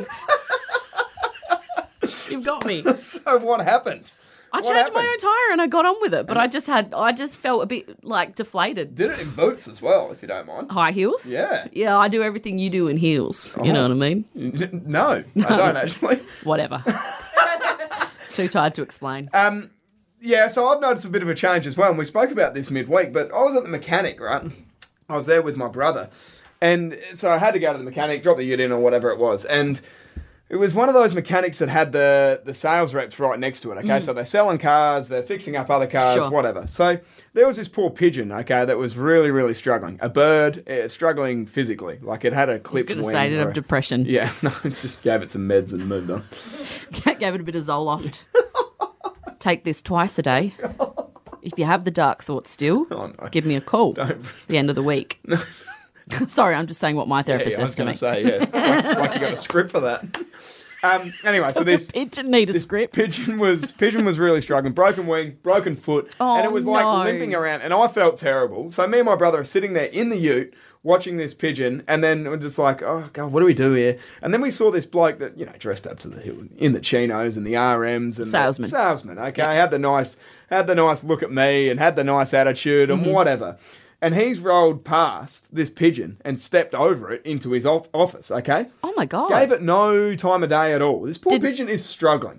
You've got me. so what happened? I What changed my happened? own tire and I got on with it, but I just had I just felt a bit like deflated. Did it in boots as well, if you don't mind. High heels? Yeah. Oh. Yeah, I do everything you do in heels. You know what I mean? N- No, I don't actually. Whatever. Too tired to explain. Yeah, so I've noticed a bit of a change as well. And we spoke about this midweek, but I was at the mechanic, right? I was there with my brother. And so I had to go to the mechanic, drop the unit in or whatever it was. And it was one of those mechanics that had the, the sales reps right next to it, okay? So they're selling cars, they're fixing up other cars, Mm. Sure. whatever. So there was this poor pigeon, okay, that was really, really struggling. A bird, uh, struggling physically. Like it had a I was clipped going to wing say, I did or have a- depression. Yeah, no, just gave it some meds and moved on. Gave it a bit of Zoloft. Take this twice a day. If you have the dark thoughts still, no. give me a call at the end of the week. Sorry, I'm just saying what my therapist Yeah, I was says to going me. to say, yeah. It's like, like you got a script for that. Um, anyway, so Does this a pigeon need a this script? pigeon was pigeon was really struggling. Broken wing, broken foot, and Oh, it was like no. limping around. And I felt terrible. So me and my brother are sitting there in the Ute watching this pigeon, and then we're just like, oh god, what do we do here? And then we saw this bloke that you know dressed up to the hill in the chinos and the RMs and the- Salesman. salesman. Okay, had the nice had the nice look at me and had the nice attitude Mm-hmm. and whatever. And he's rolled past this pigeon and stepped over it into his off- office. Okay. Oh my God. Gave it no time of day at all. This poor Did- pigeon is struggling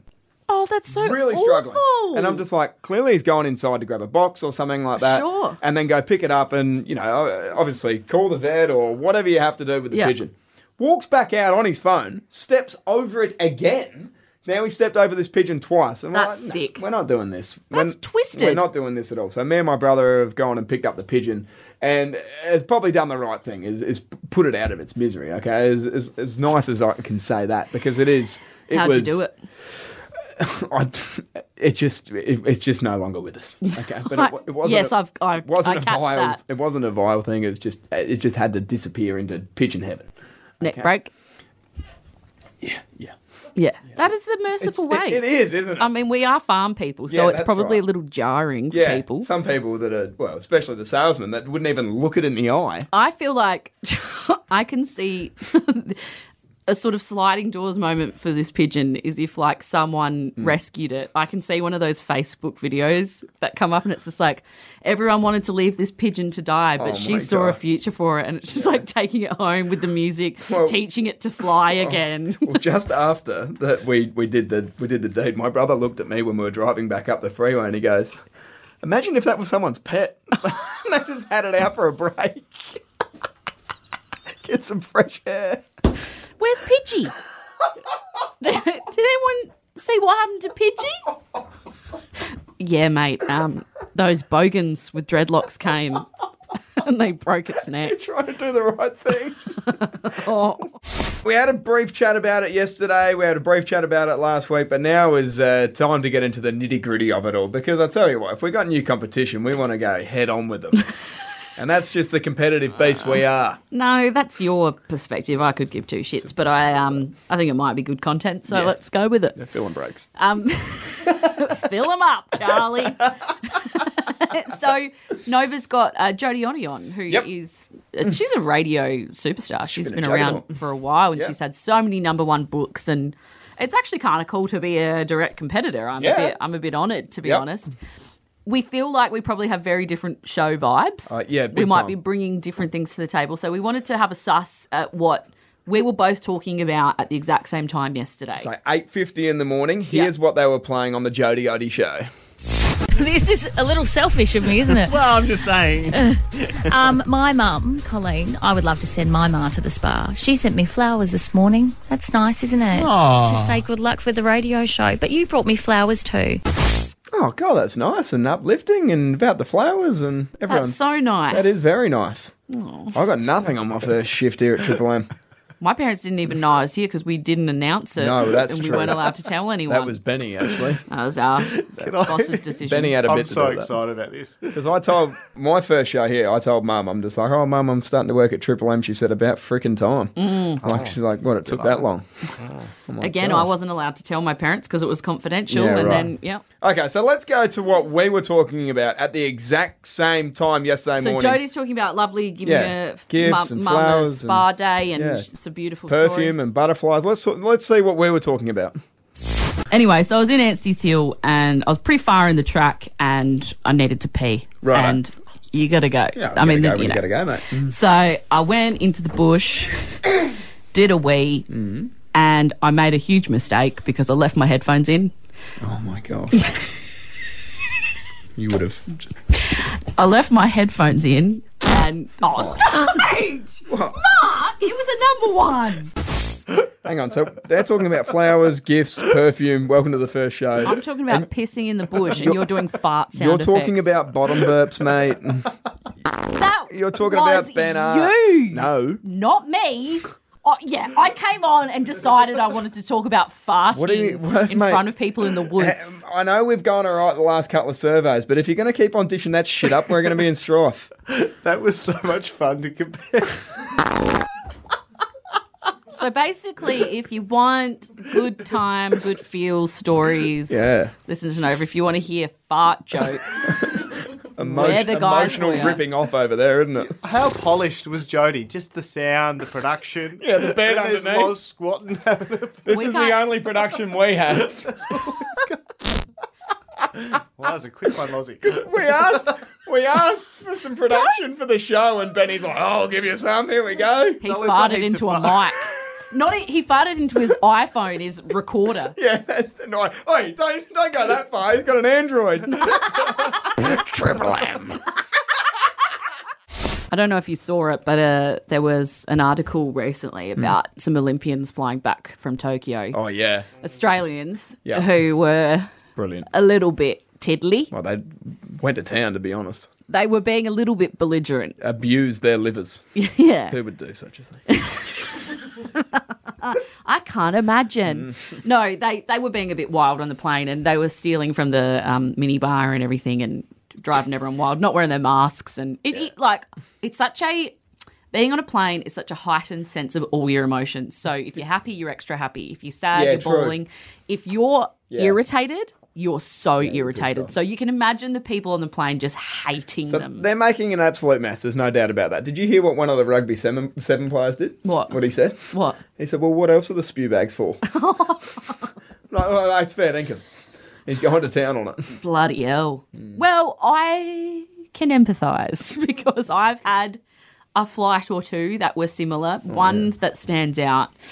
oh, that's so really awful. struggling. And I'm just like, clearly he's going inside to grab a box or something like that. Sure. And then go pick it up and, you know, obviously call the vet or whatever you have to do with the Yeah. pigeon. Walks back out on his phone, steps over it again. Now he stepped over this pigeon twice. And we're That's like, "No, sick. We're not doing this. That's we're, twisted. We're not doing this at all. So me and my brother have gone and picked up the pigeon and has probably done the right thing, is, is put it out of its misery, okay? As, as, as nice as I can say that because it is. It How'd was, you do it? I d it just it, it's just no longer with us. Okay, but it, wa- it wasn't. Yes, i I've- I- wasn't I a catch vile. that. It wasn't a vile thing. It was just it just had to disappear into pigeon heaven. Neck Okay. break. Yeah, yeah. Yeah. That is the It's, merciful way. it, it is, isn't it? I mean, we are farm people, so Yeah, it's that's probably right. a little jarring for yeah, people. some people that are well, especially the salesman that wouldn't even look it in the eye. I feel like I can see a sort of sliding doors moment for this pigeon is if like someone Hmm. rescued it. I can see one of those Facebook videos that come up and it's just like everyone wanted to leave this pigeon to die, but Oh she my saw a God. future for it and it's just like taking it home with the music, Well- oh. teaching it to fly again. Well, just after that, we, we did the we did the deed. My brother looked at me when we were driving back up the freeway, and he goes, "Imagine if that was someone's pet. they just had it out for a break, get some fresh air." Where's Pidgey? Did anyone see what happened to Pidgey? Yeah, mate. Um, those bogans with dreadlocks came and they broke its neck. Trying to do the right thing. Oh, We had a brief chat about it yesterday. We had a brief chat about it last week, but now is uh, time to get into the nitty gritty of it all. Because I tell you what, if we got new competition, we want to go head on with them. And that's just the competitive beast we are. no, that's your perspective. I could give two shits, but I um, I think it might be good content, so Yeah. let's go with it. They're filling breaks. Um, fill them up, Charlie. so Nova's got uh, Jodie Oni on, who is Yep. uh, she's a radio superstar. she's been been a around juggernaut. for a while, and Yeah. she's had so many number one books, and it's actually kind of cool to be a direct competitor. I'm Yeah. a bit, I'm a bit honoured to be Yep. honest. We feel like we probably have very different show vibes. Uh, yeah, we big might time. be bringing different things to the table. So we wanted to have a suss at what we were both talking about at the exact same time yesterday. So eight fifty in the morning. Here's what they were playing on the Jody Oddy show. This is a little selfish of me, isn't it? Well, I'm just saying. Um, my mum, Colleen, I would love to send my ma to the spa. She sent me flowers this morning. That's nice, isn't it? Aw. To say good luck with the radio show. But you brought me flowers too. Oh god, that's nice and uplifting, and about the flowers and everyone. That's so nice. Oh. That is very nice. I got nothing on my first shift here at Triple M. My parents didn't even know I was here because we didn't announce it. No, that's and we true. weren't allowed to tell anyone. That was Benny actually. that was our boss's decision. Benny had a I'm bit so to do with that. excited about this. Because I told my first show here, I told mum, I'm just like, oh, mum, I'm starting to work at Triple M. She said, about freaking time. I'm like, she's like, what, it took that long? Again, I wasn't allowed to tell my parents because it was confidential. Yeah, and right. then, yeah. Okay, so let's go to what we were talking about at the exact same time yesterday So morning. Jodie's talking about lovely giving Yeah, a gifts and mum a flowers spa and- day, and yeah. it's a beautiful story. Perfume and butterflies. Let's let's see what we were talking about. Anyway, so I was in Anstey's Hill and I was pretty far in the track and I needed to pee. Right. And you got to go. Yeah, Mm. I gotta mean, the- go when you you know. gotta go, mate. So I went into the bush, did a wee, and I made a huge mistake because I left my headphones in. Oh my gosh. you would have. I left my headphones in, and oh, don't, Mark, it was a number one. Hang on. So they're talking about flowers, gifts, perfume. Welcome to the first show. I'm talking about pissing in the bush, and you're doing fart sound You're talking effects. about bottom burps, mate. that. You're talking was about Ben you, Arts. No. not me. Oh, yeah, I came on and decided I wanted to talk about farting What are you- what, in mate? front of people in the woods. Um, I know we've gone all right the last couple of surveys, but if you're going to keep on dishing that shit up, we're going to be in strife. That was so much fun to compare. So basically, if you want good time, good feel stories, Yeah. listen to Nova. If you want to hear fart jokes, Emo- We're the guys emotional for ya. ripping off over there, isn't it? How polished was Jody? Just the sound, the production. Yeah, the bed And there's underneath. Loz squatting. having a- This We is the can't- only production we have. well, that was a quick one, Lozzie. we asked, we asked for some production for the show, and Benny's like, "Oh, I'll give you some. Here we go." he No, we've got farted heaps into a of mic. Not e, he, he farted into his iPhone, his recorder. Yeah, that's the noise. Oi, don't don't go that far. He's got an Android. Triple M. I don't know if you saw it, but uh, there was an article recently about some Olympians flying back from Tokyo, Hmm. Oh yeah, Australians Yeah. who were brilliant. a little bit tiddly. Well, they went to town to be honest. They were being a little bit belligerent. Abused their livers. yeah. Who would do such a thing? I can't imagine. Mm. No, they, they were being a bit wild on the plane and they were stealing from the um, minibar and everything and driving everyone wild, not wearing their masks. And it, it- like, it's such a. Being on a plane is such a heightened sense of all your emotions. So if you're happy, you're extra happy. If you're sad, Yeah, you're true. bawling. If you're Yeah. irritated, you're so pissed irritated. off. So you can imagine the people on the plane just hating So them. they're making an absolute mess. There's no doubt about that. Did you hear what one of the rugby seven, seven players did? What? What he said? What? He said, "Well, what else are the spew bags for?" no, well, that's fair dinkum. He's gone to town on it. Bloody hell. Well, I can empathise because I've had a flight or two that were similar. One that stands out.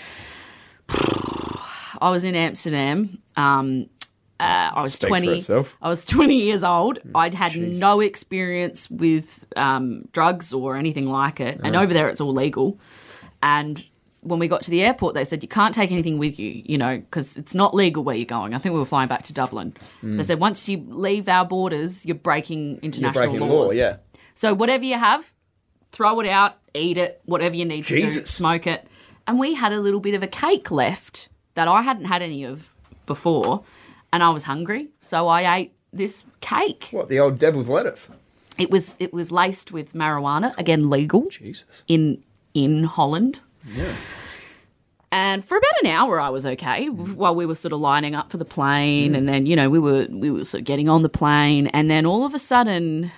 I was in Amsterdam. Um, uh, I was Speaks for twenty. itself. I was twenty years old. I'd had no experience with um, drugs or anything like it, and over there it's all legal. And when we got to the airport, they said you can't take anything with you, you know, because it's not legal where you're going. I think we were flying back to Dublin. Hmm. They said once you leave our borders, you're breaking You're international breaking the laws. law. Yeah. So whatever you have, throw it out, eat it, whatever you need to do, Jesus. smoke it. And we had a little bit of a cake left that I hadn't had any of before, and I was hungry, so I ate this cake. What the old devil's lettuce? It was it was laced with marijuana, again legal Jesus. in in Holland. And for about an hour, I was okay while we were sort of lining up for the plane, and then you know we were we were sort of getting on the plane, and then all of a sudden,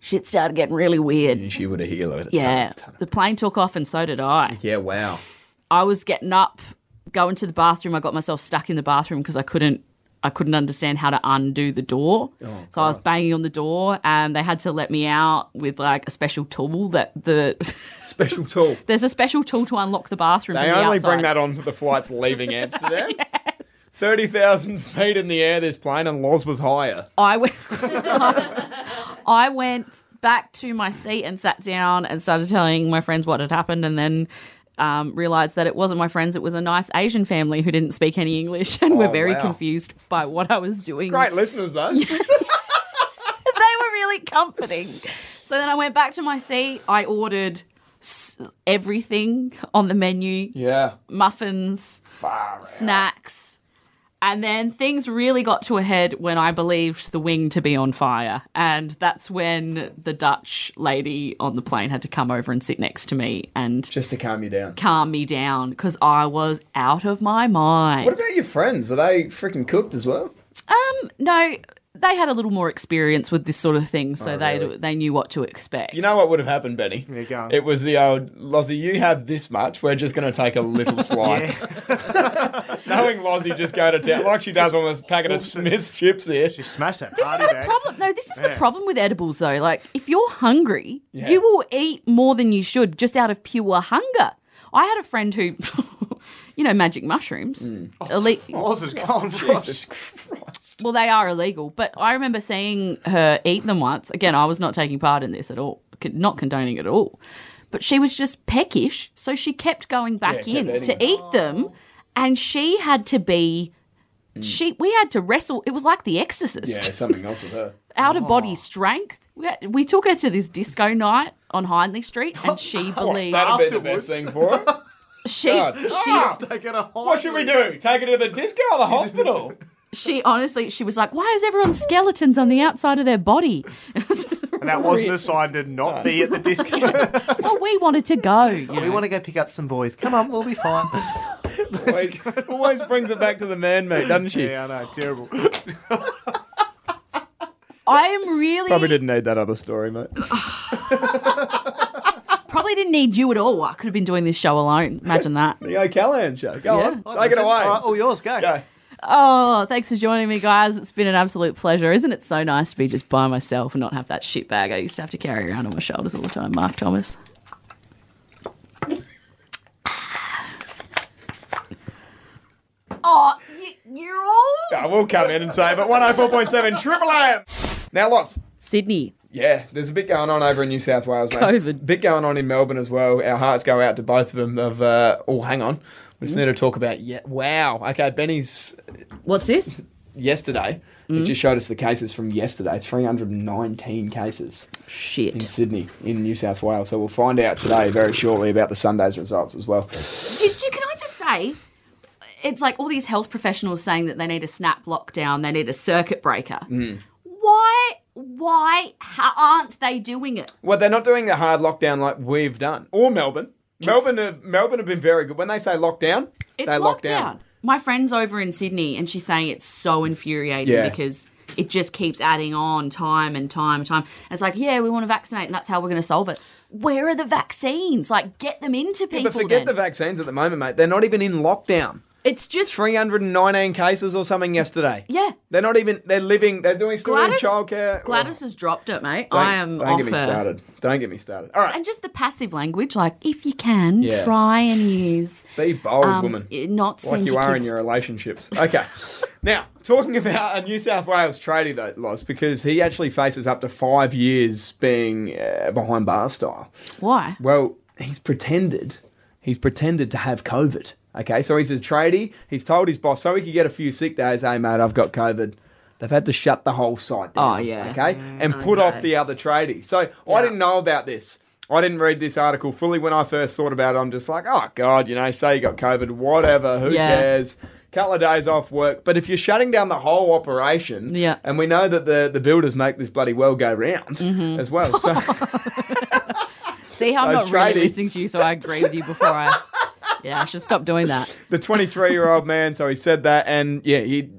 shit started getting really weird. She would have healed it. Yeah, the plane took off, and so did I. Yeah. Wow. I was getting up, going to the bathroom. I got myself stuck in the bathroom because I couldn't. I couldn't understand how to undo the door. so I was banging on the door and they had to let me out with like a special tool that the Special tool. there's a special tool to unlock the bathroom. They from the only outside. bring that on for the flights leaving Amsterdam. Thirty thousand feet in the air. This plane and Laws was higher. I went, I went back to my seat and sat down and started telling my friends what had happened, and then um, realized that it wasn't my friends; it was a nice Asian family who didn't speak any English and were Oh, very wow. confused by what I was doing. Great listeners though. they were really comforting. So then I went back to my seat. I ordered s- everything on the menu. yeah. muffins, snacks. And then things really got to a head when I believed the wing to be on fire. And that's when the Dutch lady on the plane had to come over and sit next to me and Just to calm you down. calm me down because I was out of my mind. What about your friends? Were they freaking cooked as well? Um, no, they had a little more experience with this sort of thing, so they Oh, really? they knew what to expect. You know what would have happened, Benny? you go. It was the old Lozzie, you have this much, we're just gonna take a little slice. Knowing Lozzie just go to town like she does on this packet of Smith's chips here. She smashed that This party is the bag. problem. No, this is the Yeah. problem with edibles, though. Like, if you're hungry, Yeah. you will eat more than you should just out of pure hunger. I had a friend who, you know, magic mushrooms. Mm. Ille- Oh, Oz is gone. Jesus Christ. well, they are illegal, but I remember seeing her eat them once. Again, I was not taking part in this at all, con- not condoning it at all. But she was just peckish, so she kept going back Yeah, in kept to eating. Oh. eat them, and she had to be. She, we had to wrestle. It was like The Exorcist Mm. Yeah, something else with her. out of Oh. body strength. We, we took her to this disco night on Hindley Street, and Oh, she believed That'd be the Afterwards. best thing for her. she God. Ah, Taking a whole what should we do? Take her to the disco or the hospital? she honestly she was like, "Why is everyone skeletons on the outside of their body?" And that wasn't a sign to not be at the disco. well, we wanted to go. You we know. want to go pick up some boys. Come on, we'll be fine. always, always brings it back to the man meat, doesn't she? yeah, I know. Terrible. I am really Probably didn't need that other story, mate. probably didn't need you at all. I could have been doing this show alone. Imagine that. The O'Callaghan show. Go Yeah. on, take it away. All, right, uh, all yours, go. Go. Oh, thanks for joining me, guys. It's been an absolute pleasure. Isn't it so nice to be just by myself and not have that shit bag I used to have to carry around on my shoulders all the time, Mark Thomas? oh, you, you're all I will come in and say, but 104.7 Triple M. Now, loss. Sydney. Yeah, there's a bit going on over in New South Wales, mate. COVID. Bit going on in Melbourne as well. Our hearts go out to both of them. Of uh, oh, hang on, we Hmm? just need to talk about. Yeah, wow. Okay, Benny's What's this? yesterday. Hmm? He just showed us the cases from yesterday. 319 cases in Shit. Sydney, in New South Wales. So we'll find out today very shortly about the Sunday's results as well. Did you, can I just say, it's like all these health professionals saying that they need a snap lockdown, they need a circuit breaker. Mm. Why? Why ha- aren't they doing it? Well, they're not doing the hard lockdown like we've done, or Melbourne. Melbourne, have, Melbourne have been very good. When they say lockdown, It's they lock locked down. out. My friend's over in Sydney and she's saying it's so infuriating Yeah. because it just keeps adding on time and time and time. And it's like, yeah, we want to vaccinate and that's how we're going to solve it. Where are the vaccines? Like, get them into people. But forget then. the vaccines at the moment, mate. They're not even in lockdown. It's just 319 cases or something yesterday. Yeah. They're not even, they're living, they're doing still Gladys, in childcare. Gladys has dropped it, mate. Oh, don't- I am Don't off get me her. started. Don't get me started. All right. And just the passive language, like if you can, Yeah. try and use. Be bold, um, woman. i- Not like send you are in kids your to- relationships. Okay. now, talking about a New South Wales tradie, though, Loz, because he actually faces up to five years being uh, behind bar style. Why? Well, he's pretended. He's pretended to have COVID. Okay, so he's a tradie. He's told his boss so he could get a few sick days. Hey, mate, I've got COVID. They've had to shut the whole site down. Oh, yeah. Okay, and put off the other tradie. So I didn't know about this. I didn't read this article fully when I first thought about it. I'm just like, oh god, you know, say you got COVID, whatever. Who Yeah. cares? Couple of days off work, but if you're shutting down the whole operation, Yeah. and we know that the, the builders make this bloody well go round Mm-hmm. as well. So See how I'm Those not really tradies. listening to you, so I agree with you before I. Yeah, I should stop doing that. the 23 year old man. So he said that, and yeah, he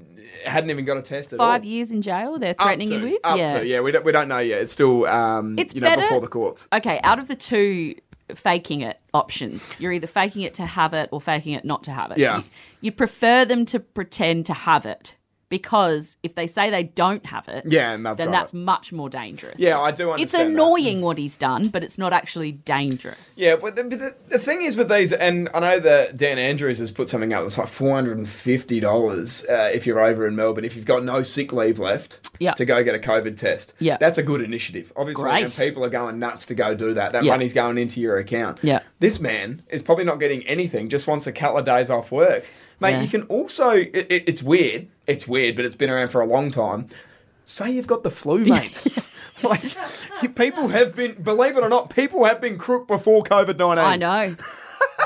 hadn't even got a test at Five all. years in jail, they're Up threatening you to- with. Up yeah. to, yeah, we don't, we don't know yet. It's still, um, It's you know, better- before the courts. Okay, out of the two faking it options, you're either faking it to have it or faking it not to have it. Yeah. You, you prefer them to pretend to have it because if they say they don't have it, Yeah, and they've then got that's it. much more dangerous. Yeah, I do It's understand. that. annoying what he's done, but it's not actually dangerous. Yeah, but the, but the, the thing is with these, and I know that Dan Andrews has put something up that's like four hundred and fifty dollars uh, if you're over in Melbourne if you've got no sick leave left Yeah. to go get a COVID test. Yeah. that's a good initiative. Obviously, Great. and people are going nuts to go do that. That Yeah. money's going into your account. Yeah. this man is probably not getting anything. Just wants a couple of days off work, mate. Yeah. You can also it, it, it's weird. It's weird, but it's been around for a long time. Say you've got the flu, mate. Like you- people have been, believe it or not, people have been crook before COVID nineteen. I know.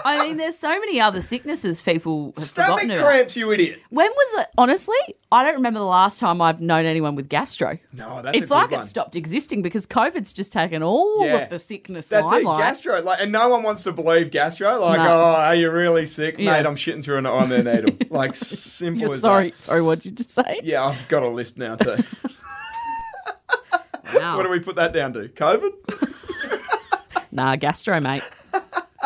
I mean, there's so many other sicknesses people have Stomach forgotten about. cramps, you idiot. When was it? Honestly, I don't remember the last time I've known anyone with gastro. No, that's it's a good like one. it stopped existing because COVID's just taken all Yeah. of the sickness That's it, limelight. gastro. Like, and no one wants to believe gastro. Like, No. oh, are you really sick, Yeah. mate? I'm shitting through an on their needle. like, simple You're as sorry, that. sorry. What did you just say? Yeah, I've got a lisp now too. Wow. what do we put that down to? COVID? Nah, gastro, mate.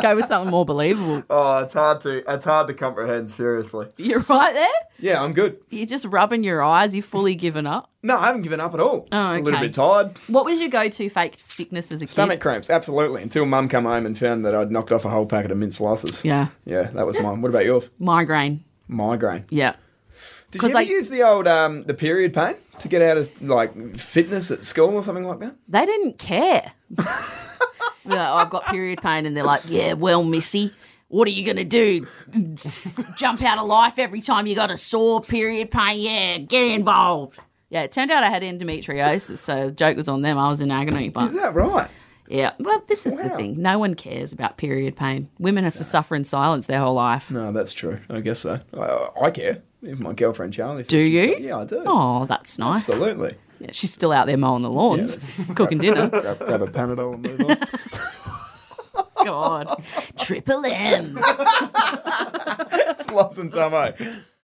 Go with something more believable. Oh, it's hard to it's hard to comprehend. Seriously. You're right there. Yeah, I'm good. You're just rubbing your eyes. You've fully given up. No, I haven't given up at all. Oh, Just a little okay. bit tired. What was your go-to fake sickness as a Stomach kid? cramps, absolutely. Until Mum come home and found that I'd knocked off a whole packet of mint slices. Yeah, Yeah, that was mine. What about yours? migraine. Migraine. Yeah. Did you 'Cause ever I- use the old um, the period pain to get out of like fitness at school or something like that? they didn't care. They're like, "Oh, I've got period pain, and they're like, "Yeah, well, Missy, what are you gonna do? Jump out of life every time you got a sore period pain? Yeah, get involved." Yeah, it turned out I had endometriosis, so the joke was on them. I was in agony, but Is that right? yeah. Well, this is the Wow. thing: no one cares about period pain. Women have to suffer in silence their whole life. No, that's true. I guess so. I, I care. Even my girlfriend Charlie. says Do she's you? got- yeah, I do. Oh, that's nice. Absolutely. Yeah, she's still out there mowing the lawns, cooking dinner. grab, grab a Panadol and move on. God, triple M. it's Loz and Tomo.